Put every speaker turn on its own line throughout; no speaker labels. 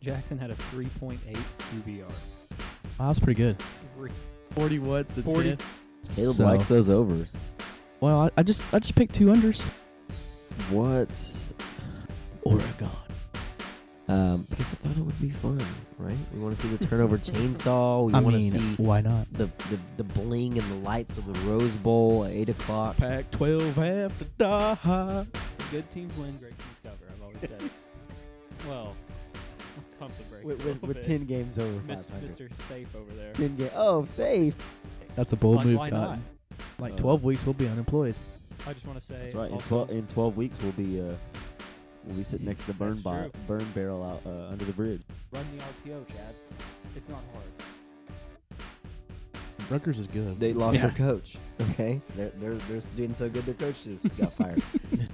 Jackson had a 3.8 QBR.
Wow, that's pretty good.
Three-
Forty what? The
40.
Caleb
So-
likes those overs.
Well, I, I just I just picked two unders.
What?
Oregon.
Um, because I thought it would be fun, right? We want to see the turnover chainsaw. We
I
want
mean,
to see
why not?
the, the the bling and the lights of the Rose Bowl at eight o'clock.
Pack 12 after die.
Good teams win, great teams cover. I've always said it. Well, I'll pump the brakes.
With,
a
with,
little
with
bit.
ten games over
Mis-
500.
Mr. Safe over there.
Ten game. Oh, safe.
That's a bold
Like,
move.
why
Cotton. Like
Uh,
12 weeks, we'll be unemployed.
I just want to say.
That's right. In
also-
twelve in twelve weeks, we'll be uh, we'll be sitting next to the burn
That's
bo- burn barrel out uh, under the bridge.
Run the RPO, Chad. It's not hard.
Rutgers is good.
They lost their
Yeah.
coach. Okay, they're they're they're doing so good. Their coach just got fired.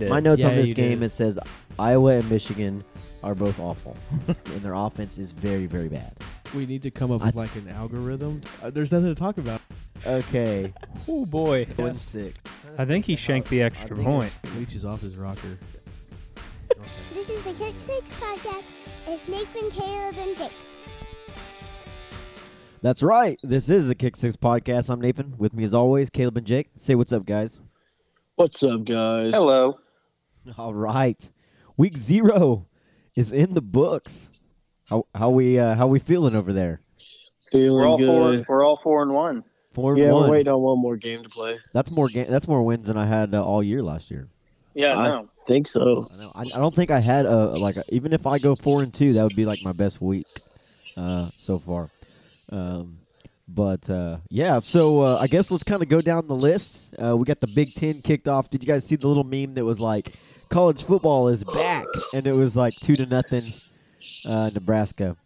My notes on
Yeah,
this
you
game
did.
it says Iowa and Michigan are both awful, and their offense is very very bad.
We need to come up
I-
with like an algorithm. Uh, there's nothing to talk about.
Okay,
Oh boy.
one six.
I think he shanked the extra point.
Leach is off his rocker.
This is the Kick Six Podcast. It's Nathan, Caleb, and Dick.
That's right. This is the Kick Six podcast. I'm Nathan. With me as always, Caleb and Jake. Say what's up, guys.
What's up, guys?
Hello.
All right, week zero is in the books. How how we uh, how we feeling over there?
Feeling
We're all
good.
four. We're all four and one.
Four and
yeah,
one.
we're waiting on one more game to play.
That's more ga- that's more wins than I had uh, all year last year.
Yeah,
I-
no.
Think so.
I know. I, I don't think I had a like a, even if I go four and two, that would be like my best week uh, so far. Um, but uh, yeah, so uh, I guess let's kind of go down the list. Uh, we got the Big Ten kicked off. Did you guys see the little meme that was like, "College football is back," and it was like two to nothing, uh, Nebraska.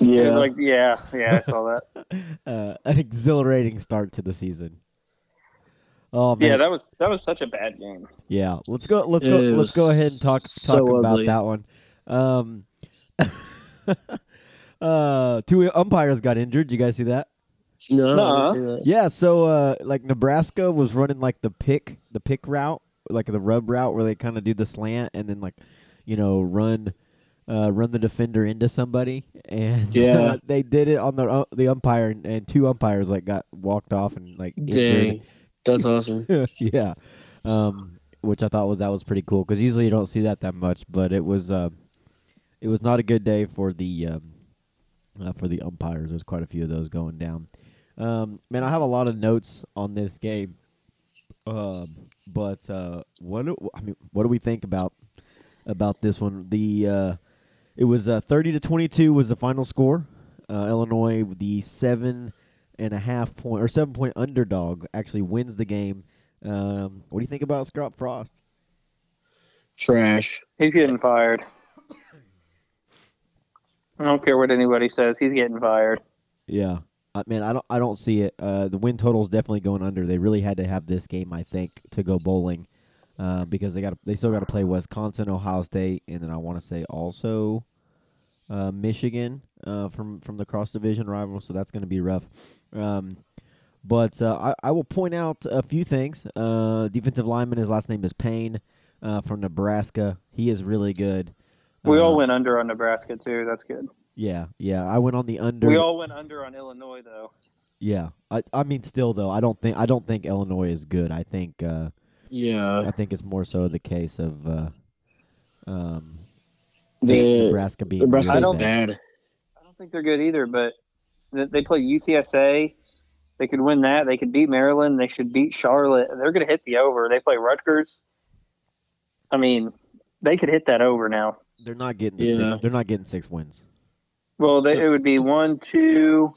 It
Yeah.
was Like, yeah, yeah, I saw that.
Uh, an exhilarating start to the season. Oh man,
yeah, that was that was such a bad game.
Yeah, let's go. Let's
It
go. Let's
was
go ahead and talk talk
so
about
ugly.
that one. Um, uh, two umpires got injured. You guys see that?
no,
Nuh-uh.
I didn't see that.
Yeah. So, uh, like Nebraska was running like the pick, the pick route, like the rub route, where they kind of do the slant and then like, you know, run, uh, run the defender into somebody, and
Yeah.
they did it on the the umpire, and, and two umpires like got walked off and like injured.
Dang. That's awesome.
yeah, um, which I thought was that was pretty cool because usually you don't see that that much, but it was uh, it was not a good day for the um, uh, for the umpires. There's quite a few of those going down. Um, man, I have a lot of notes on this game, um, but uh, what do, I mean, what do we think about about this one? The uh, it was uh, thirty to twenty-two was the final score. Uh, Illinois, the seven and a half point or seven point underdog, actually wins the game. Um, what do you think about Scott Frost?
Trash.
He's getting fired. I don't care what anybody says. He's getting fired.
Yeah, I mean, I don't, I don't see it. Uh, the win total is definitely going under. They really had to have this game, I think, to go bowling, uh, because they got, they still got to play Wisconsin, Ohio State, and then I want to say also uh, Michigan uh, from from the cross division rival. So that's going to be rough. Um, but uh, I, I will point out a few things. Uh, defensive lineman, his last name is Payne uh, from Nebraska. He is really good.
We
Uh,
all went under on Nebraska too. That's good.
Yeah, yeah. I went on the under.
We all went under on Illinois though.
Yeah, I, I mean, still though, I don't think I don't think Illinois is good. I think uh,
Yeah.
I think it's more so the case of uh, um,
The
Nebraska being
Nebraska
really
is
don't-
bad.
bad.
I don't think they're good either, but th- they play UTSA. They could win that. They could beat Maryland. They should beat Charlotte. They're going to hit the over. They play Rutgers. I mean, they could hit that over now.
They're not getting the
Yeah.
six, they're not getting six wins.
Well, they, it would be one, two,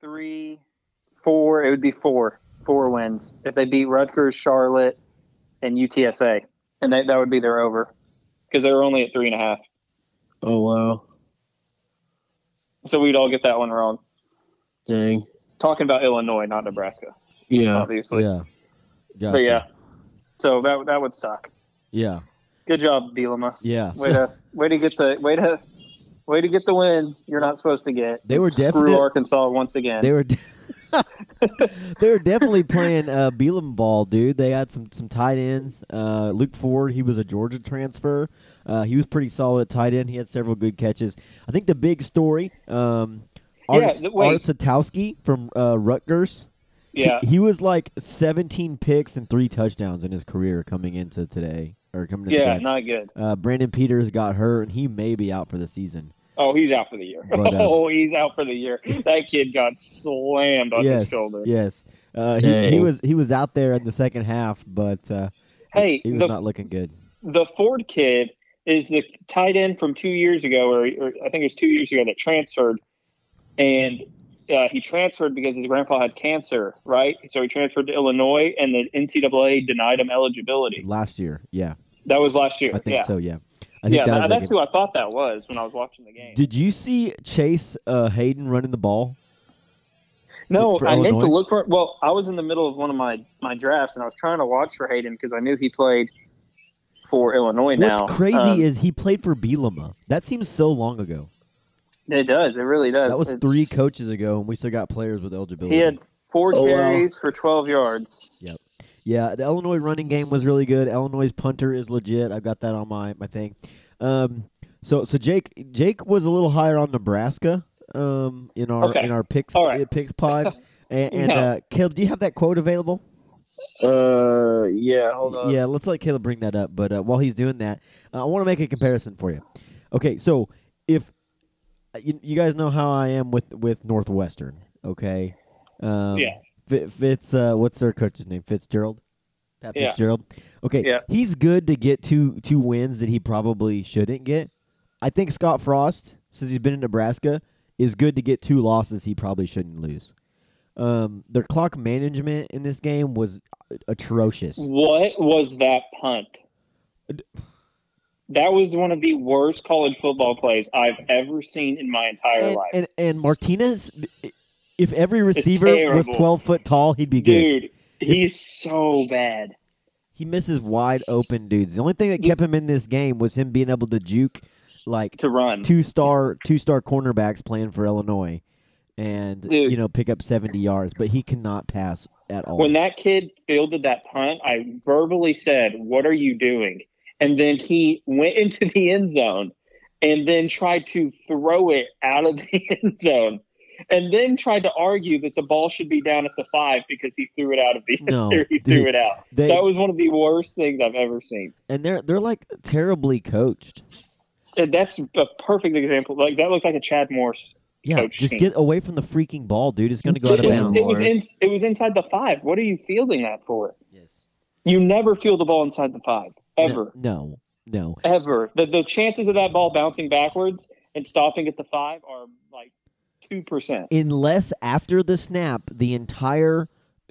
three, four. It would be four, four wins if they beat Rutgers, Charlotte, and UTSA, and that that would be their over because they're only at three and a half.
Oh, wow.
So we'd all get that one wrong.
Dang.
Talking about Illinois, not Nebraska,
Yeah.
obviously.
yeah,
But
Gotcha.
yeah, so that that would suck.
yeah,
Good job, Bielema.
yeah.
Way to way to get the way to way to get the win you're not supposed to get.
They were
screw
definite-
Arkansas once again.
They were de- they were definitely playing uh, Beelum ball, dude. They had some some tight ends. Uh, Luke Ford, he was a Georgia transfer. Uh, he was pretty solid at tight end. He had several good catches. I think the big story, um, Art,
Yeah, th- wait.
Art Satowski from uh, Rutgers. He-
Yeah.
He, was like 17 picks and three touchdowns in his career coming into today or coming into
Yeah,
the game.
not good.
uh, Brandon Peters got hurt and he may be out for the season.
Oh, he's out for the year.
But, uh,
oh, he's out for the year. That kid got slammed on his
yes,
shoulder.
yes. Uh, he, he
Dang.
was he was out there in the second half, but uh,
Hey,
he was
the-
not looking good.
The Ford kid is the tight end from two years ago, or, or I think it was two years ago that transferred, and uh, he transferred because his grandpa had cancer, right? So he transferred to Illinois, and the NCAA denied him eligibility.
Last year, yeah,
That was last year.
I think
yeah.
so. Yeah, I think that
yeah, that-
was like
that's
a-
who I thought that was when I was watching the game.
Did you see Chase uh, Hayden running the ball?
No,
for
I meant
Illinois?
to look for. Well, I was in the middle of one of my my drafts, and I was trying to watch for Hayden because I knew he played for Illinois now.
What's crazy
Um,
is he played for Bielema. That seems so long ago.
it does. It really does.
That was
It's-
three coaches ago, and we still got players with eligibility.
He had four
Oh, wow.
carries for twelve yards.
Yeah, the Illinois running game was really good. Illinois' punter is legit. I've got that on my my thing. Um, so so Jake Jake was a little higher on Nebraska. Um, in our
Okay.
in our picks uh,
All right.
picks pod. And, and
No.
uh, Caleb, do you have that quote available?
Uh, yeah. Hold on.
Yeah, let's let Caleb bring that up. But uh, while he's doing that, uh, I want to make a comparison for you. Okay, so if uh, you, you guys know how I am with with Northwestern, okay? Um,
Yeah.
Fi- Fitz, uh, what's their coach's name? Fitzgerald. Pat
Yeah.
Fitzgerald. Okay.
Yeah.
He's good to get two two wins that he probably shouldn't get. I think Scott Frost, since he's been in Nebraska, is good to get two losses he probably shouldn't lose. Um, their clock management in this game was uh, atrocious.
What was that punt? That was one of the worst college football plays I've ever seen in my entire
and,
life.
and, and Martinez, if every receiver was
terrible.
12 foot tall, he'd be good.
Dude, he's so bad.
He misses wide open dudes. The only thing that kept him in this game was him being able to juke like
To run.
two star two star cornerbacks playing for Illinois and
Dude.
you know pick up 70 yards, but he cannot pass at all.
When that kid fielded that punt, I verbally said, "What are you doing?" And then he went into the end zone and then tried to throw it out of the end zone. And then tried to argue that the ball should be down at the five because he threw it out of the end.
No,
or he
dude,
threw it out.
they,
that was one of the worst things I've ever seen.
and they're they're like terribly coached.
And that's a perfect example. Like that looked like a Chad Morse.
Yeah,
Coach
just
team.
get away from the freaking ball, dude. It's going to go out of
Yeah.
bounds.
It was
Morris.
in, it was inside the five. What are you fielding that for?
Yes.
You never field the ball inside the five ever.
No. No. no.
ever. The, the chances of that ball bouncing backwards and stopping at the five are like two percent.
unless after the snap the entire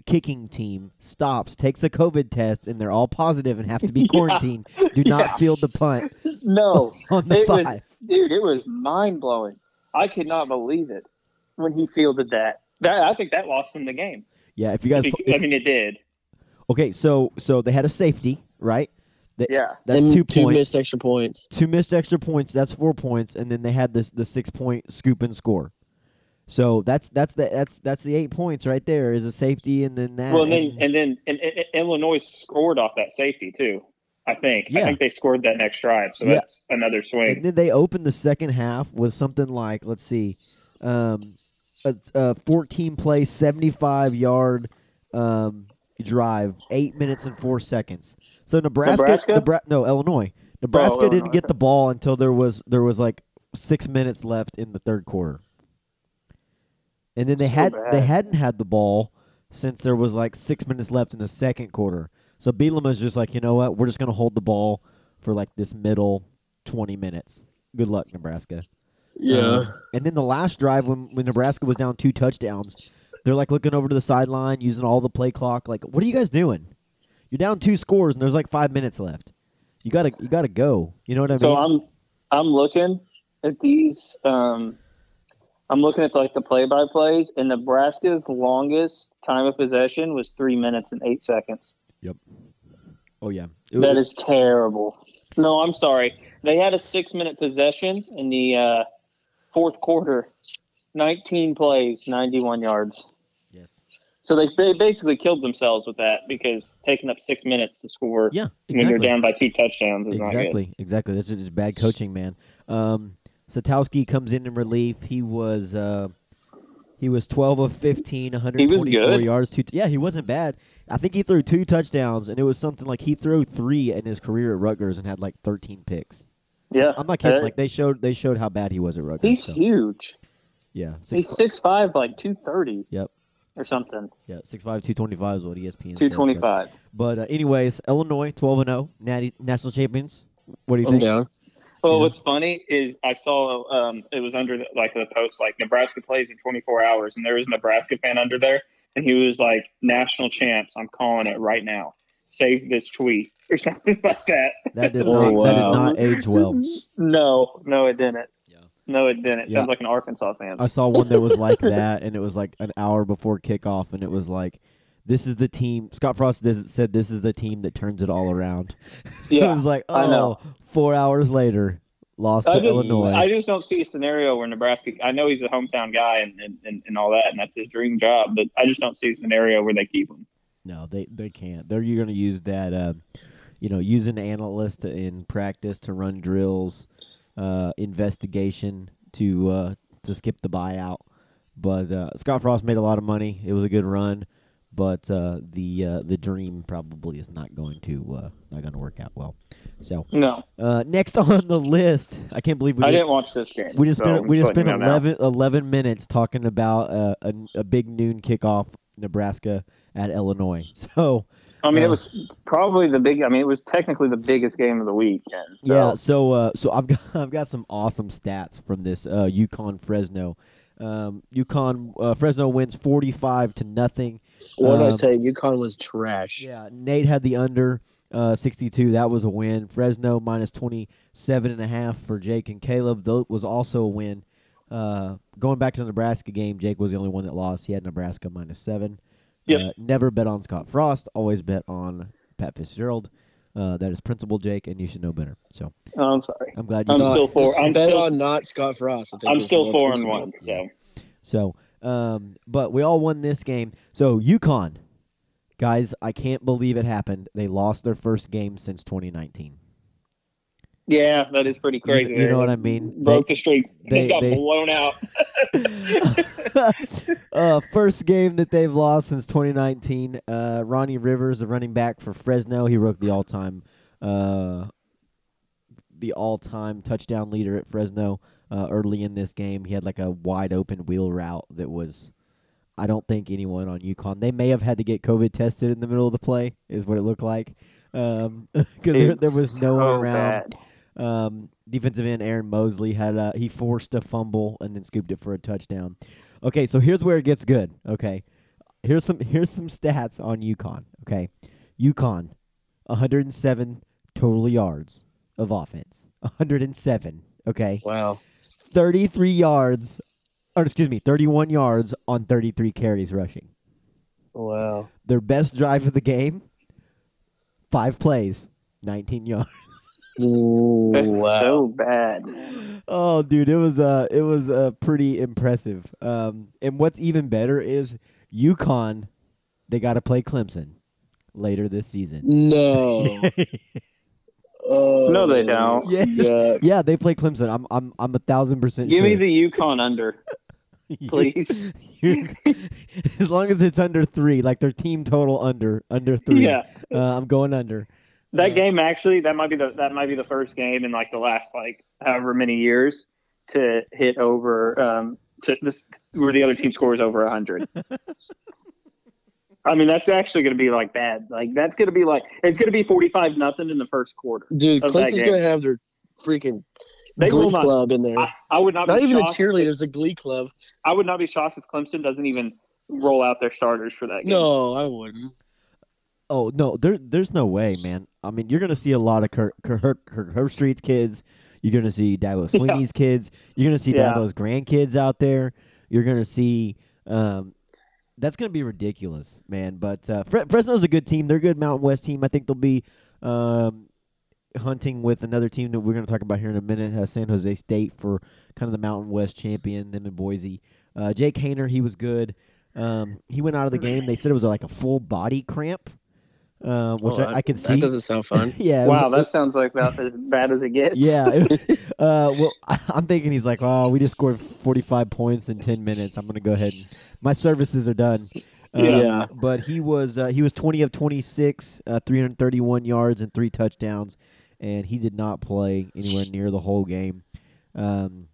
kicking team stops, takes a COVID test, and they're all positive and have to be
Yeah.
quarantined, do not
Yeah.
field the punt
No,
on the
it was-
five.
dude, it was mind blowing. I could not believe it when he fielded that. That I think that lost him the game.
yeah, if you guys,
Bec- I mean, it did.
okay, so so they had a safety, right?
Yeah,
That's
And
two
two
points.
missed extra points.
two missed extra points. That's four points, and then they had this the six point scoop and score. So that's that's the that's that's the eight points right there is a safety and then that
Well, and then
and-
and then and, and, and Illinois scored off that safety too. I think.
Yeah.
I think they scored that next drive, so
Yeah.
that's another
And
swing.
then they opened the second half with something like, let's see, um, a, a 14 play, 75 yard um, drive, eight minutes and four seconds. So Nebraska,
Nebraska?
Nebra- no Illinois, Nebraska didn't
Illinois,
get the ball until there was there was like six minutes left in the third quarter, and then they
So
had they
bad.
hadn't had the ball since there was like six minutes left in the second quarter. So Bielema's just like, you know what, we're just gonna hold the ball for like this middle 20 minutes. Good luck, Nebraska.
Yeah.
Um, and then the last drive, when, when Nebraska was down two touchdowns, they're like looking over to the sideline, using all the play clock. Like, what are you guys doing? You're down two scores, and there's like five minutes left. You gotta, you gotta go. You know what I
so
mean?
I'm I'm looking at these. Um, I'm looking at like the play by plays, and Nebraska's longest time of possession was three minutes and eight seconds.
oh yeah, It
That
was-
is terrible. No, I'm sorry. They had a six minute possession in the uh, fourth quarter. 19 plays, 91 yards.
yes.
So they, they basically killed themselves with that because taking up six minutes to score
Yeah,
when you're
exactly.
down by two touchdowns is not good.
Exactly, exactly. This is just bad coaching, man. Um, Satowski comes in in relief. He was uh, he was twelve of 15, 124
good.
yards. Two t- yeah, he wasn't bad. I think he threw two touchdowns, and it was something like he threw three in his career at Rutgers and had like thirteen picks.
Yeah,
I'm not kidding.
Uh,
like they showed they showed how bad he was at Rutgers.
he's
so,
huge.
yeah, six,
He's six five, like two thirty.
Yep.
or something.
yeah, six five, two twenty five is what E ESPN says, but-
Two twenty five.
But uh, anyways, Illinois twelve and zero, natty national champions. What do you
I'm
think?
down.
Well,
Yeah.
what's funny is I saw um, it was under like the post like Nebraska plays in 24 hours, and there was a Nebraska fan under there, and he was like, "National champs, I'm calling it right now. Save this tweet or something like that."
That did
Oh,
not that did
wow.
not age well.
No, no, it didn't.
Yeah.
No, it didn't. It
Yeah.
Sounds like an Arkansas fan.
I saw one that was like that, and it was like an hour before kickoff, and it was like, "This is the team." Scott Frost this, said, "This is the team that turns it all around." it
yeah,
was like,
I know.
"Oh, four hours later, lost
I
to
just,
Illinois."
I just don't see a scenario where Nebraska. I know he's a hometown guy and, and, and, and all that, and that's his dream job. But I just don't see a scenario where they keep him.
no, they they can't. They're you're gonna use that, uh, you know, use an analyst in practice to run drills, uh, investigation to uh, to skip the buyout. But uh, Scott Frost made a lot of money. It was a good run, but uh, the uh, the dream probably is not going to uh, not going to work out well. So
No,
uh, next on the list, I can't believe we
I
did-
didn't watch this game.
we just
so
spent
I'm
we just
letting
spent
you know now.
11, 11 minutes talking about uh, a, a big noon kickoff, Nebraska at Illinois. So
I mean,
Uh,
it was probably the big. I mean, it was technically the biggest game of the weekend. So.
yeah, so uh, so I've got I've got some awesome stats from this uh, UConn Fresno. Um, UConn uh, Fresno wins forty five to nothing.
What did I
Um,
say? UConn was trash.
Yeah, Nate had the under uh, 62. That was a win. Fresno minus 27 and a half for Jake and Caleb. That was also a win. Uh, going back to the Nebraska game, Jake was the only one that lost. He had Nebraska minus seven.
Yep.
Uh, never bet on Scott Frost. Always bet on Pat Fitzgerald. Uh, that is Principal Jake, and you should know better. So
Oh, I'm sorry.
I'm glad you
I'm
did.
Not-
still four.
just
I'm
bet
still-
on not Scott Frost. I think
I'm
is
still
more
four and
principled.
one. So
So, um, but we all won this game. So UConn, guys, I can't believe it happened. They lost their first game since 2019.
yeah, that is pretty
You-
crazy.
you
They
know what I mean?
Broke
They-
the streak. They,
they-
got
they-
blown out.
uh, first game that they've lost since 2019. Uh, Ronnie Rivers, the running back for Fresno, he broke the all-time, uh, the all-time touchdown leader at Fresno. Uh, early in this game, he had like a wide open wheel route that was. I don't think anyone on UConn. They may have had to get COVID tested in the middle of the play, is what it looked like, because there,
It's
there was no one
so
around.
bad.
Um, defensive end Aaron Mosley had a, he forced a fumble and then scooped it for a touchdown. Okay, so here's where it gets good. Okay, here's some here's some stats on UConn. Okay, UConn, 107 total yards of offense. 107. Okay,
Wow.
33 yards, or excuse me, 31 yards on 33 carries rushing.
Wow.
Their best drive of the game, five plays, 19 yards.
Ooh,
That's
wow.
so bad.
Oh, dude, it was uh, it was uh, pretty impressive. Um, and what's even better is UConn. They got to play Clemson later this season.
No. Oh,
No, they don't.
Yeah,
Yeah.
yeah, they play Clemson. I'm I'm I'm a thousand percent.
Give me
sure.
the Yukon under,
the
please.
as long as it's under three, like their team total under under three.
yeah,
uh, I'm going under.
that
Uh,
game actually. That might be the that might be the first game in like the last like however many years to hit over um, to this where the other team scores over hundred. I mean, that's actually going to be like bad. Like that's going to be like it's going to be forty five nothing in the first quarter.
Dude,
Of that
Clemson's
game.
gonna have their freaking
They
glee
will not.
club in there.
I, I would not,
not
be
even the
shocked.
cheerleaders, a glee club.
I would not be shocked if Clemson doesn't even roll out their starters for that game.
No, I wouldn't.
Oh no, there there's no way, man. I mean, you're gonna see a lot of Kirk Kirk, Kirk, Herb Street's kids. You're gonna see Dabo
Yeah.
Sweeney's kids. You're gonna see
Yeah.
Dabo's grandkids out there. You're gonna see. Um, that's gonna be ridiculous, man. But uh, Fre- Fresno's a good team. They're a good Mountain West team. I think they'll be um, hunting with another team that we're gonna talk about here in a minute. Uh, San Jose State for kind of the Mountain West champion. Them and Boise. Uh, Jake Hayner, he was good. Um, he went out of the game. They said it was like a full body cramp, uh, which
Oh,
I, I can
that
see.
doesn't sound fun.
yeah. it was-
Wow, that sounds like about as bad as it gets.
yeah. it- uh, well, I, I'm thinking he's like, oh, we just scored 45 points in 10 minutes. I'm gonna go ahead and my services are done. Um,
Yeah.
But he was uh, he was 20 of 26, uh, 331 yards and three touchdowns, and he did not play anywhere near the whole game. Um,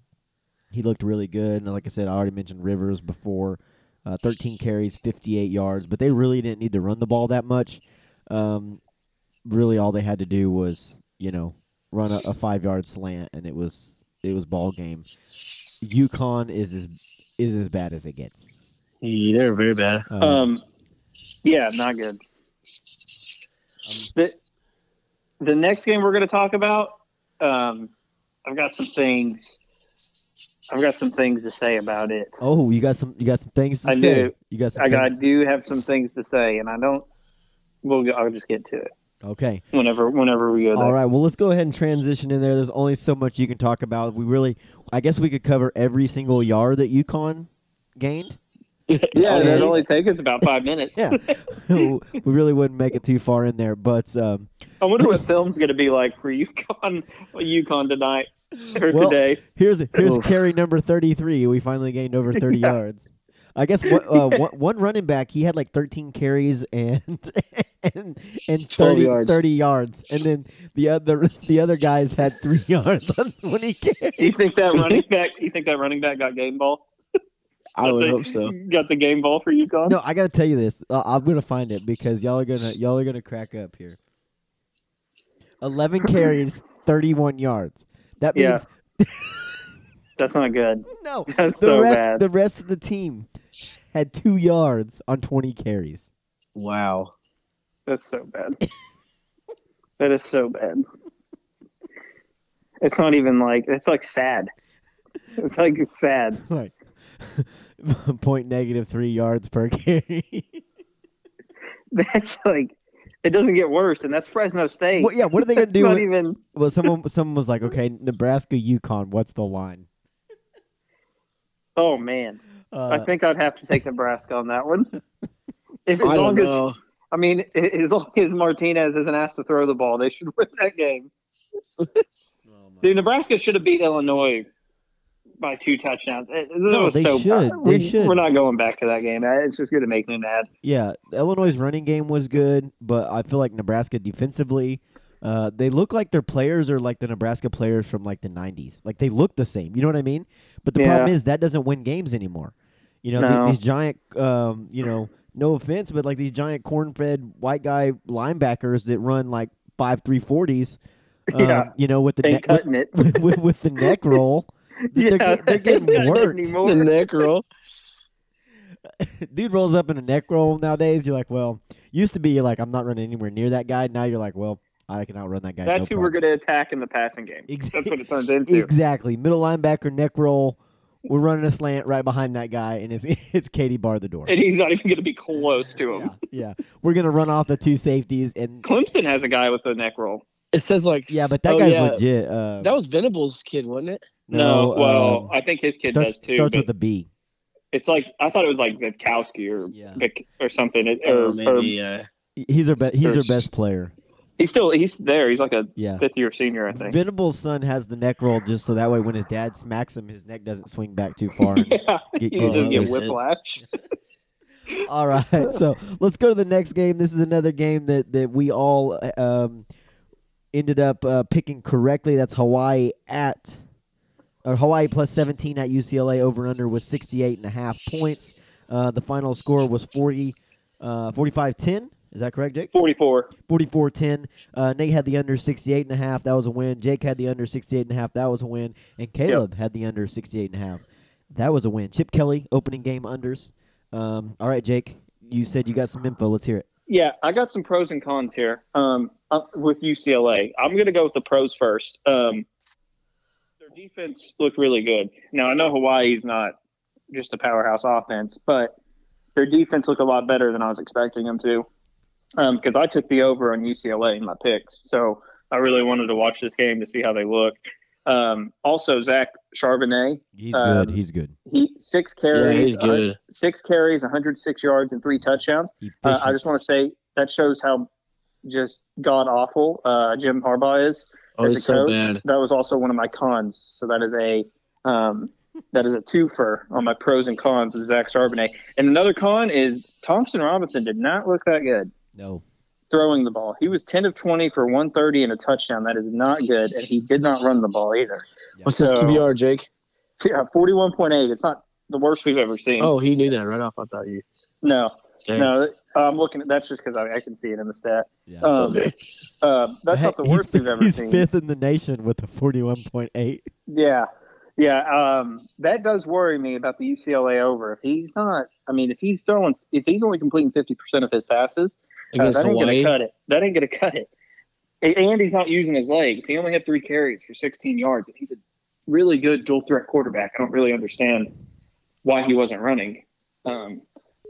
he looked really good, and like I said, I already mentioned Rivers before. Uh, 13 carries, 58 yards, but they really didn't need to run the ball that much. Um, really, all they had to do was, you know, run a, a five yard slant, and it was it was ball game. UConn is as is as bad as it gets.
Yeah, they're very bad.
Um,
Um, yeah, not good. The, the next game we're going to talk about, um, I've got some things. I've got some things to say about it.
oh, you got some you got some things to
I
say.
do.
You got some.
I, I
things-
do have some things to say, and I don't. We'll go, I'll just get to it
Okay.
whenever whenever we go there.
All right. Well, let's go ahead and transition in there. There's only so much you can talk about. We really, I guess, we could cover every single yard that UConn gained.
Yeah,
Okay.
that'd only take us about five minutes.
Yeah, we really wouldn't make it too far in there, but um,
I wonder what film's going to be like for UConn, UConn tonight or
Well,
today.
here's here's
Oof.
carry number 33. We finally gained over 30
Yeah.
yards. I guess one, uh, one, one running back he had like 13 carries and and, and
12
30
yards.
30 yards, and then the other the other guys had three yards on 20 carries.
You think that running back? You think that running back got game ball?
I would
Got the-
hope so.
Got the game ball for UConn.
No, I gotta tell you this. Uh, I'm gonna find it because y'all are gonna y'all are gonna crack up here. Eleven carries, thirty-one yards. That
Yeah.
means
That's not good.
no.
That's
The
so
rest
bad.
the rest of the team had two yards on twenty carries.
Wow.
That's so bad. that is so bad. It's not even like it's like sad. It's like sad.
Like point negative three yards per carry.
That's like it doesn't get worse, and that's Fresno State.
well, yeah, what are they gonna
That's
do?
not
when-
even.
well, someone someone was like, okay, Nebraska, Yukon, what's the line?
Oh man, I
Uh,
think I'd have to take Nebraska on that one. If, as
I don't
long as
know.
I mean, i- as long as Martinez isn't asked to throw the ball, they should win that game. Dude, Nebraska should have beat Illinois by two touchdowns. It- it
No,
was
they
so-
should.
We,
They should.
We're not going back to that game. I- It's just going to make me mad.
Yeah, Illinois' running game was good, but I feel like Nebraska defensively, uh, they look like their players are like the Nebraska players from like the '90s. Like they look the same. You know what I mean? But the problem
Yeah.
is that doesn't win games anymore. You know the-
No.
these giant, um, you know, no offense, but like these giant corn-fed white guy linebackers that run like five three forties. Um,
Yeah.
You know, with the
They
neck with,
cutting it.
with, with, with the neck roll, they're, get- they're
Not
getting worked.
anymore.
The neck roll.
dude rolls up in a neck roll nowadays, you're like, well, used to be you're like, I'm not running anywhere near that guy. Now you're like, well, I can outrun that guy. no
That's who we're
problem.
going to attack in the passing game.
Ex-
That's what it turns into.
Exactly. Middle linebacker neck roll. We're running a slant right behind that guy, and it's it's Katie bar the door.
And he's not even going to be close to him.
yeah, yeah. We're gonna run off the two safeties, and
Clemson has a guy with a neck roll.
It says like.
yeah, but that
oh,
guy's
yeah.
legit. Uh,
That was Venable's kid, wasn't it?
No, well,
um,
I think his kid
starts,
does too.
starts
but
with a B.
it's like I thought it was like Vitkowski or
Yeah.
Vic- or something. It- or-
Oh,
or
maybe. Uh,
He's our be- he's our
There's-
best player.
He's still he's there. He's like a
Yeah.
fifth year senior, I think.
Venable's son has the neck roll just so that way when his dad smacks him, his neck doesn't swing back too far. and
yeah,
Get-
he
oh, that
doesn't get
makes sense.
whiplash.
All right, so let's go to the next game. This is another game that that we all uh, um, ended up uh, picking correctly. That's Hawaii at or Hawaii plus 17 at UCLA. Over and under was 68 and a half points. Uh, the final score was 40, uh, 45-10. Is that correct, Jake?
Forty four.
44-10. Uh, Nate had the under 68 and a half. That was a win. Jake had the under 68 and a half. That was a win. And Caleb had the under 68 and a half. That was a win. Chip Kelly opening game unders. Um, all right, Jake, you said you got some info. Let's hear it.
Yeah, I got some pros and cons here. Um, uh, with UCLA, I'm going to go with the pros first. Um, their defense looked really good. Now I know Hawaii's not just a powerhouse offense, but their defense looked a lot better than I was expecting them to. Because I took the over on UCLA in my picks, so I really wanted to watch this game to see how they look. Um, also, Zach Charbonnet
He's
Um,
good. He's good.
He six
Yeah,
carries,
he's
uh,
good.
six carries, 106 yards, and three touchdowns. Uh, I just want to say that shows how just god awful uh, Jim Harbaugh is.
Oh,
as
he's
a
so
coach.
bad.
That was also one of my cons. So that is a um, that is a twofer on my pros and cons with Zach Charbonnet. And another con is Thompson Robinson did not look that good
No.
throwing the ball. He was 10 of 20 for 130 and a touchdown. That is not good. And he did not run the ball either. uh,
What's his
So-
QBR, Jake?
Yeah, 41.8. It's not the worst we've ever seen.
Oh, he knew that right off. I thought you.
no,
Dang.
no. I'm looking at that's just because I, I can see it in the stat.
Yeah.
Um, uh, that's not the
He's
worst
fi-
we've ever
he's
seen.
fifth in the nation with a 41.8.
Yeah. Yeah, um, that does worry me about the UCLA over. If he's not, I mean, if he's throwing, if he's only completing fifty percent of his passes, uh,
Against
that ain't
Hawaii.
gonna cut it. That ain't gonna cut it. A- And he's not using his legs. He only had three carries for sixteen yards, and he's a really good dual threat quarterback. I don't really understand why he wasn't running. Um,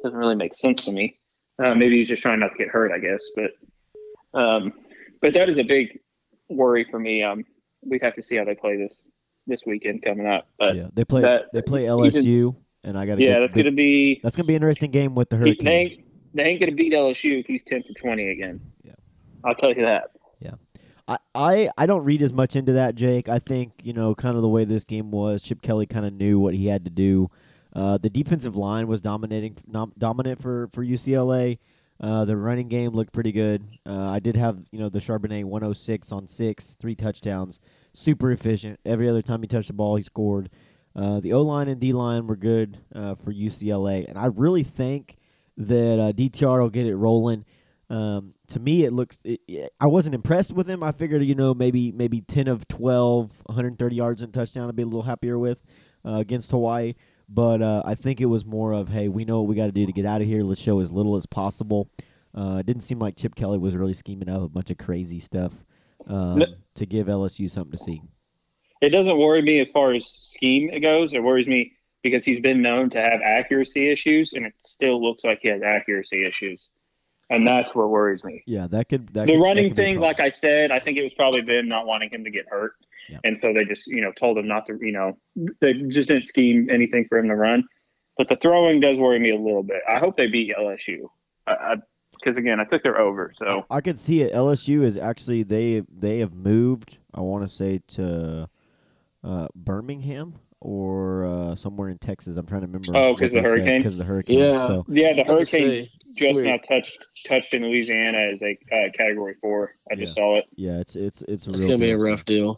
doesn't really make sense to me. Uh, maybe he's just trying not to get hurt, I guess. But, um, but that is a big worry for me. Um, we'd have to see how they play this this weekend coming up. But yeah,
yeah, they play
that-
they play LSU, and I got to get
that's
the-
gonna be
that's gonna be an interesting game with the
he-
Hurricane.
they ain't, they ain't gonna beat LSU if he's ten for twenty again.
Yeah.
I'll tell you that.
I, I I don't read as much into that, Jake. I think you know kind of the way this game was. Chip Kelly kind of knew what he had to do. Uh, the defensive line was dominating nom- dominant for for UCLA. Uh, the running game looked pretty good. Uh, I did have you know the Charbonnet 106 on six, three touchdowns, super efficient. Every other time he touched the ball, he scored. Uh, the O line and D line were good uh, for UCLA, and I really think that uh, DTR will get it rolling. Um, to me, it looks. It, it- I wasn't impressed with him. I figured, you know, maybe maybe ten of 12, 130 yards and touchdown. I'd be a little happier with uh, against Hawaii. But uh, I think it was more of, hey, we know what we got to do to get out of here. Let's show as little as possible. Uh, it didn't seem like Chip Kelly was really scheming up a bunch of crazy stuff um,
No.
to give LSU something to see.
It doesn't worry me as far as scheme it goes. It worries me because he's been known to have accuracy issues, and it still looks like he has accuracy issues, and that's what worries me.
Yeah, that could. That
the
could- that
running
could be a
thing,
problem.
like I said, I think it was probably them not wanting him to get hurt,
Yeah.
and so they just you know told him not to you know they just didn't scheme anything for him to run. But the throwing does worry me a little bit. I hope they beat LSU because again, I took their over. So
I could see it. LSU is actually they they have moved. I want to say to uh, Birmingham or uh, somewhere in Texas. I'm trying to remember.
Oh, 'cause the hurricane?
Because the hurricane.
Yeah.
So
yeah, the
Let's
Hurricanes
see.
just
Sweet.
now touched touched in Louisiana as a uh, category four. I just saw it.
yeah, it's it's it's a
It's
real
gonna be a
deal.
rough deal.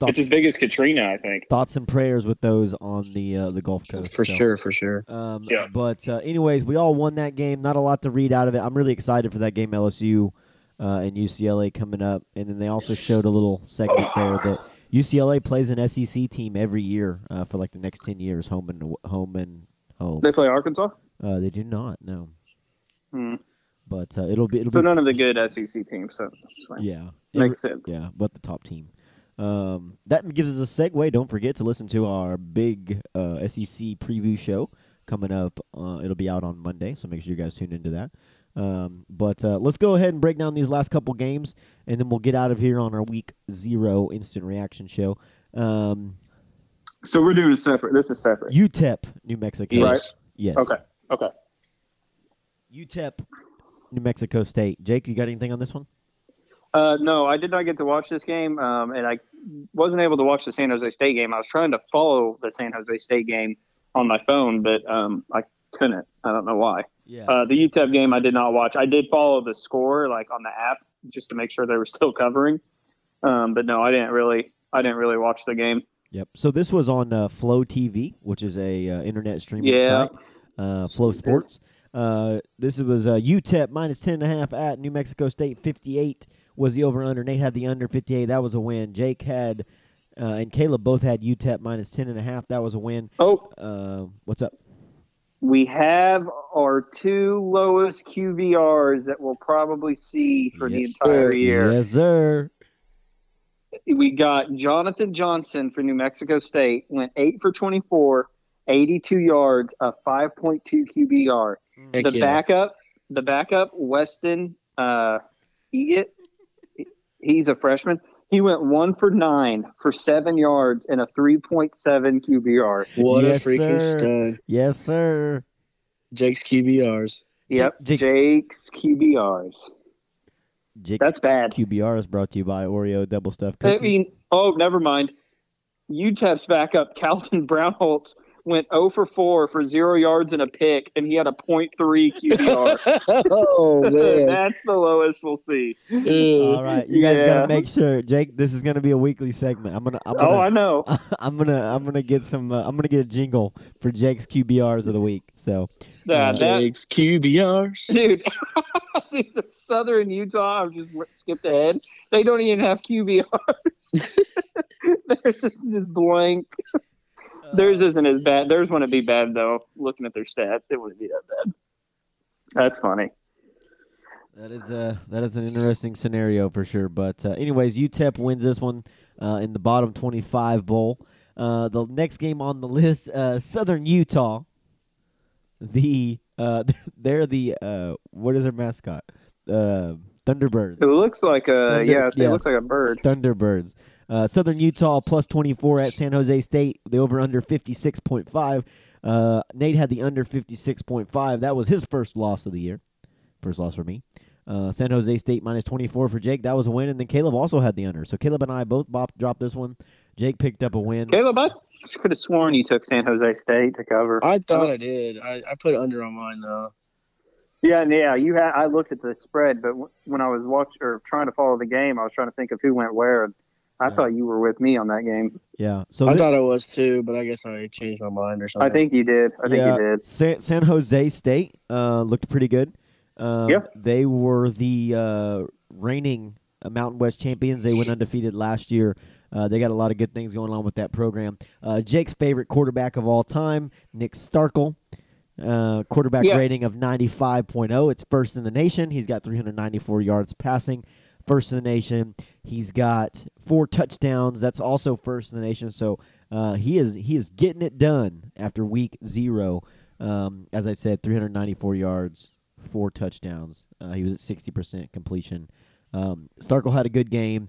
Thoughts,
It's as big as Katrina, I think.
thoughts and prayers with those on the uh, the Gulf Coast
For
so.
sure. For sure.
Um,
Yeah.
But uh, anyways, we all won that game. Not a lot to read out of it. I'm really excited for that game, LSU uh, and UCLA coming up. And then they also showed a little segment there that UCLA plays an SEC team every year uh, for like the next ten years, home and aw- home and home.
They play Arkansas,
Uh, they do not no.
Hmm.
But uh, it'll be it'll
so
be
none of the good SEC teams. So that's fine.
yeah
makes sense.
yeah, but the top team. Um, that gives us a segue. Don't forget to listen to our big uh, SEC preview show coming up. Uh, it'll be out on Monday, so make sure you guys tune into that. Um, but uh, let's go ahead and break down these last couple games, and then we'll get out of here on our week zero instant reaction show. Um,
So we're doing a separate. This is separate.
UTEP, New Mexico.
Yes.
Yes.
Okay. Okay.
UTEP, New Mexico State. Jake, you got anything on this one?
Uh, no, I did not get to watch this game, um, and I wasn't able to watch the San Jose State game. I was trying to follow the San Jose State game on my phone, but um, I couldn't. I don't know why.
Yeah.
Uh, the UTEP game I did not watch. I did follow the score like on the app just to make sure they were still covering. Um, but no, I didn't really. I didn't really watch the game.
Yep. So this was on uh, Flow TV, which is a uh, internet streaming
Yeah.
site. Uh, Flow Sports. Uh, this was uh, UTEP minus ten and a half at New Mexico State. Fifty-eight was the over/under. Nate had the under fifty-eight. That was a win. Jake had uh, and Caleb both had UTEP minus ten and a half. That was a win.
Oh,
Uh, what's up?
we have our two lowest QVRs that we'll probably see for the
Yes,
entire year.
Yes, sir.
we got Jonathan Johnson for New Mexico State, went eight for 24, 82 yards, a 5.2 QBR.
Heck
the
yeah.
backup, the backup, Weston uh, Egett, he's a freshman. He went one for nine for seven yards and a 3.7 QBR.
What
Yes,
a freaking
sir.
stud.
Yes, sir.
Jake's QBRs.
Yep,
Jake's-
Jake's QBRs.
Jake's
That's bad.
QBR is brought to you by Oreo double stuffed
I
cookies.
mean, oh, never mind. UTEP's backup, Calvin Brownholtz, went 0 for 4 for zero yards and a pick, and he had a 0.3 QBR.
oh, man.
That's the lowest we'll see.
Ew.
All right, you guys
Yeah.
gotta make sure, Jake. This is gonna be a weekly segment. I'm gonna, I'm
Oh, I
gonna,
know.
I'm gonna, I'm gonna get some. Uh, I'm gonna get a jingle for Jake's QBRs of the week. So
Nah, that,
Jake's QBRs.
dude, dude, the Southern Utah, I've just skipped ahead. They don't even have QBRs. Theirs is just blank. Theirs isn't as bad. Theirs wouldn't be bad, though. Looking at their stats, it wouldn't be that bad. That's funny.
that is a that is an interesting scenario for sure. But uh, anyways, UTEP wins this one uh, in the bottom 25 bowl. Uh, the next game on the list, uh, Southern Utah. The uh, they're the uh, what is their mascot? Uh, Thunderbirds.
It looks like a
Thunder-
yeah. It
yeah.
looks like a bird.
Thunderbirds. Uh, Southern Utah plus 24 at San Jose State. The over under 56.5. Uh, Nate had the under 56.5. That was his first loss of the year. First loss for me. Uh, San Jose State minus 24 for Jake. That was a win. And then Caleb also had the under. So Caleb and I both bop, dropped this one. Jake picked up a win.
Caleb, I could have sworn you took San Jose State to cover.
I thought I did. I, I put it under on mine, though.
yeah, and yeah. You had. I looked at the spread, but w- when I was watching or trying to follow the game, I was trying to think of who went where. And I
Yeah.
thought you were with me on that game.
Yeah. So
I
thi-
thought I was too, but I guess I changed my mind or something.
I think you did. I think
yeah,
you did.
San, San Jose State uh, looked pretty good. Um,
Yeah.
They were the uh, reigning uh, Mountain West champions. They went undefeated last year. Uh, they got a lot of good things going on with that program. Uh, Jake's favorite quarterback of all time, Nick Starkle. Uh, quarterback
Yeah.
rating of 95.0. It's first in the nation. He's got 394 yards passing, first in the nation. He's got four touchdowns. That's also first in the nation. So uh, he is he is getting it done after week zero. Um, as I said, 394 yards, four touchdowns. Uh, he was at 60% completion. Um, Starkle had a good game.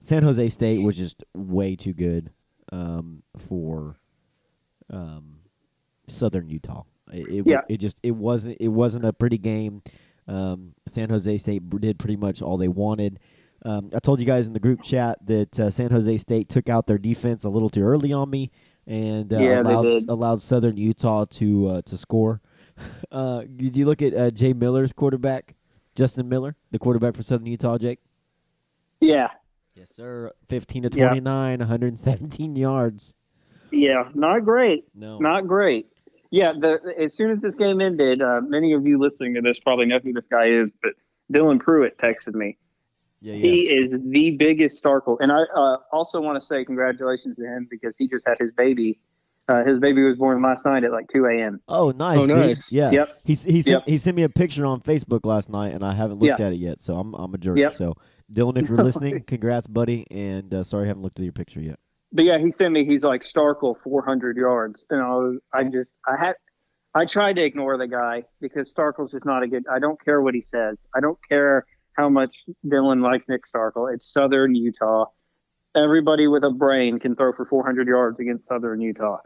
San Jose State was just way too good um, for um, Southern Utah. It, it, wa-
Yeah.
it just it wasn't it wasn't a pretty game. Um, San Jose State b- did pretty much all they wanted. Um, I told you guys in the group chat that uh, San Jose State took out their defense a little too early on me, and uh,
Yeah, they
allowed
did.
allowed Southern Utah to uh, to score. Uh, did you look at uh, Jay Miller's quarterback, Justin Miller, the quarterback for Southern Utah, Jake?
Yeah,
Yes, sir. 15 to
Yeah.
29, 117 yards.
yeah. Not great.
No.
Not great. Yeah, the, as soon as this game ended, uh, many of you listening to this probably know who this guy is, but Dylan Pruitt texted me.
yeah,
He is the biggest Starkle, and I uh, also want to say congratulations to him because he just had his baby. Uh, his baby was born last night at like 2 a.m.
Oh, nice.
Oh,
dude.
nice.
Yeah.
Yep.
He, s- he, sent,
Yep.
he sent me a picture on Facebook last night, and I haven't looked at it yet, so I'm, I'm a jerk.
Yep.
So, Dylan, if you're listening, congrats, buddy. And uh, sorry I haven't looked at your picture yet.
But yeah, he sent me. He's like Starkle, 400 yards, and I was, I just, I had, I tried to ignore the guy because Starkle's just not a good. I don't care what he says. I don't care how much Dylan likes Nick Starkle. It's Southern Utah. Everybody with a brain can throw for 400 yards against Southern Utah.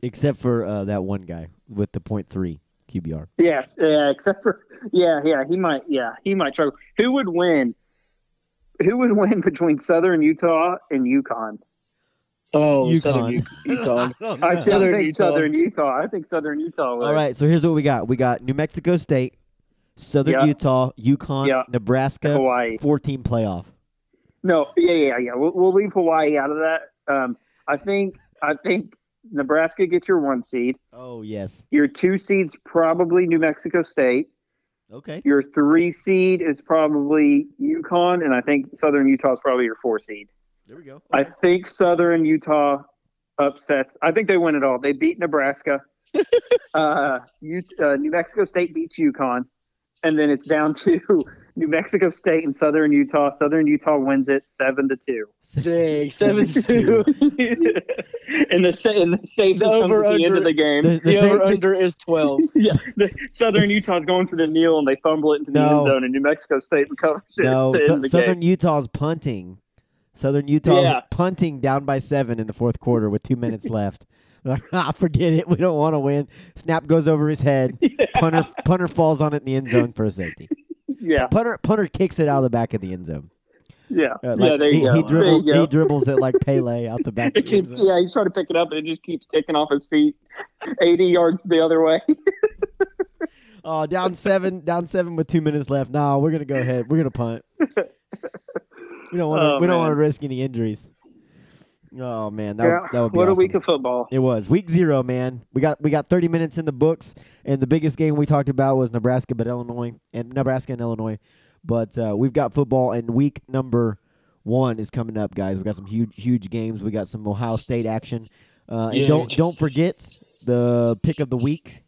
Except for uh, that one guy with the point three QBR.
Yeah, yeah, except for yeah, yeah, he might yeah, he might struggle. Who would win? Who would win between Southern Utah and Yukon?
Oh,
UConn.
Southern U- Utah.
I still
Southern
think
Utah.
Southern Utah. I think Southern Utah would.
All right, so here's what we got we got New Mexico State, Southern
Yeah.
Utah, Yukon,
Yeah.
Nebraska,
Hawaii.
14 playoff.
No, yeah, yeah, yeah. We'll, we'll leave Hawaii out of that. Um, I think I think Nebraska gets your one seed.
Oh, yes.
Your two seeds probably New Mexico State.
Okay.
Your three seed is probably Yukon, and I think Southern Utah is probably your four seed.
There we go.
I think Southern Utah upsets. I think they win it all. They beat Nebraska. uh, U- uh, New Mexico State beats UConn, and then it's down to New Mexico State and Southern Utah. Southern Utah wins it seven to two.
Dang, seven two.
and the sa- and the safety
The
comes at the end
over-under-
of the game.
The-
The
same-
over under is twelve.
yeah, the Southern Utah's going for the kneel and they fumble it into the
No.
end zone, and New Mexico State recovers it
No,
to
Sou-
end the
Southern
game.
Utah's punting. Southern Utah's
Yeah.
punting down by seven in the fourth quarter with two minutes left. Ah, Forget it. We don't want to win. Snap goes over his head. Punter punter falls on it in the end zone for a safety.
Yeah,
Punter punter kicks it out of the back of the end zone.
yeah,
Uh, like,
yeah. There
he,
you
he
go. There
dribbles
you
he
go.
dribbles it like Pele out the back of
It
the end
keeps,
zone.
yeah, he's trying to pick it up, and it just keeps kicking off his feet, eighty yards the other way.
Oh, down seven, down seven with two minutes left. No, we're gonna go ahead. We're gonna punt. We don't want to.
Oh,
we don't want to
man.
risk any injuries. Oh man, that
yeah,
would, that would be
what
awesome.
a week of football.
It was week zero, man. We got we got 30 minutes in the books, and the biggest game we talked about was Nebraska, but Illinois and Nebraska and Illinois. But uh, we've got football, and week number one is coming up, guys. We got some huge huge games. We got some Ohio State action, uh, and
Yay.
don't don't forget the pick of the week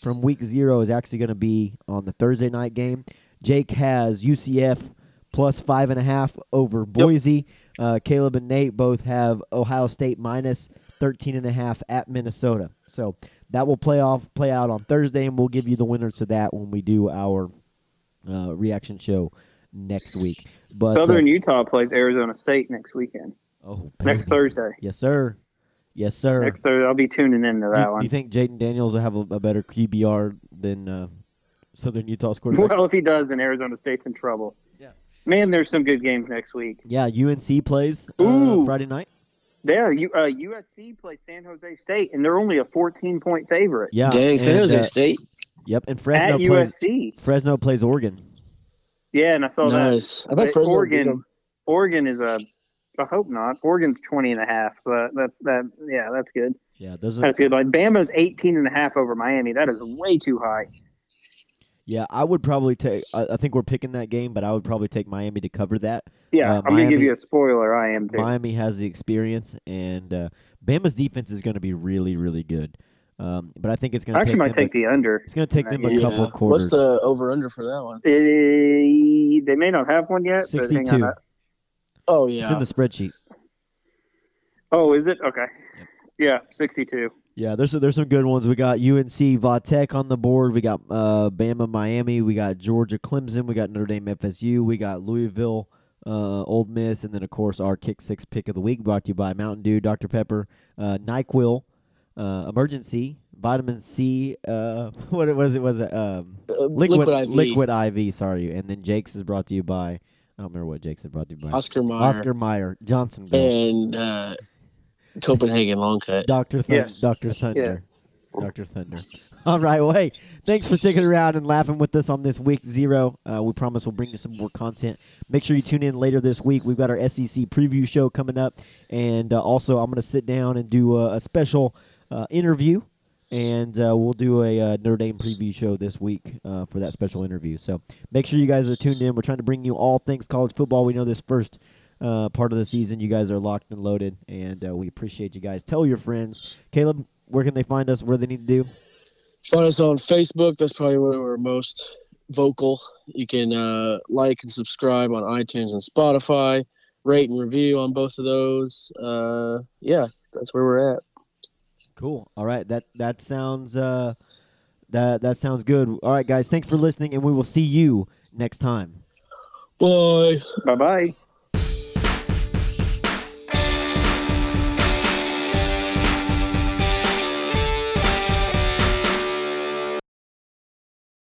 from week zero is actually going to be on the Thursday night game. Jake has UCF plus five and a half over Boise. Uh, Caleb and Nate both have Ohio State minus 13 and a half at Minnesota. So that will play off play out on Thursday, and we'll give you the winners to that when we do our uh, reaction show next week. But uh,
Southern Utah plays Arizona State next weekend,
oh,
next
baby.
Thursday.
yes, sir, yes, sir.
Next Thursday, I'll be tuning into
do,
that
you- do
one.
you think Jaden Daniels will have a, a better QBR than uh, Southern Utah's quarterback?
Well, if he does, then Arizona State's in trouble.
Yeah.
Man, there's some good games next week.
Yeah, UNC plays uh,
Ooh.
Friday night.
There, you, uh, USC plays San Jose State, and they're only a 14 point favorite.
Yeah,
Dang, San
and,
Jose
uh,
State.
Yep, and
At
Fresno plays.
USC.
Fresno plays Oregon.
Yeah, and I saw
Nice. I
that.
bet
But
Fresno beat
Oregon,
them.
Oregon is a. I hope not. Oregon's 20 and a half, but that, that, yeah, that's good.
Yeah, those are,
That's good. Like Bama's 18 and a half over Miami. That is way too high.
yeah. I would probably take. I, I think we're picking that game, but I would probably take Miami to cover that.
Yeah,
Uh,
I'm going to give
Miami-
you a spoiler. I am too.
Miami has the experience, and uh, Bama's defense is going to be really, really good. Um, but I think it's
I
going to
actually
take them.
might take
a,
the under.
it's going to take them a
Yeah.
couple of
What's
quarters.
the over under for that one?
Eh, they may not have one yet. But hang on.
Sixty-two.
Oh
It's
yeah.
in the spreadsheet.
Oh, is it? Okay. Yeah, 62.
Yeah, there's there's some good ones. We got UNC Vatech on the board. We got uh, Bama Miami. We got Georgia Clemson. We got Notre Dame FSU. We got Louisville uh, Old Miss, and then of course our kick six pick of the week brought to you by Mountain Dew, Dr Pepper, uh, Nyquil, uh, Emergency, Vitamin C. Uh, what was it? Was it um,
Uh,
liquid
liquid IV.
liquid IV? Sorry, and then Jake's is brought to you by I don't remember what Jake's is brought to you by
Oscar Mayer
Oscar Meyer Johnson,
and uh, Copenhagen long cut.
Doctor Thunder.
Yes.
Doctor Thunder. Doctor Thunder. All right. Well, hey, thanks for sticking around and laughing with us on this week zero. Uh, we promise we'll bring you some more content. Make sure you tune in later this week. We've got our SEC preview show coming up, and uh, also I'm going to sit down and do a, a special uh, interview, and uh, we'll do a uh, Notre Dame preview show this week uh, for that special interview. So make sure you guys are tuned in. We're trying to bring you all things college football. We know this first uh, part of the season. You guys are locked and loaded, and uh, we appreciate you guys. Tell your friends. Caleb, where can they find us? Where they need to do?
Find us on Facebook. That's probably where we're most vocal. You can uh, like and subscribe on iTunes and Spotify. Rate and review on both of those. Uh, yeah, that's where we're at.
Cool. All right. That that sounds uh, that that sounds good. All right, guys. Thanks for listening, and we will see you next time.
Bye.
Bye bye.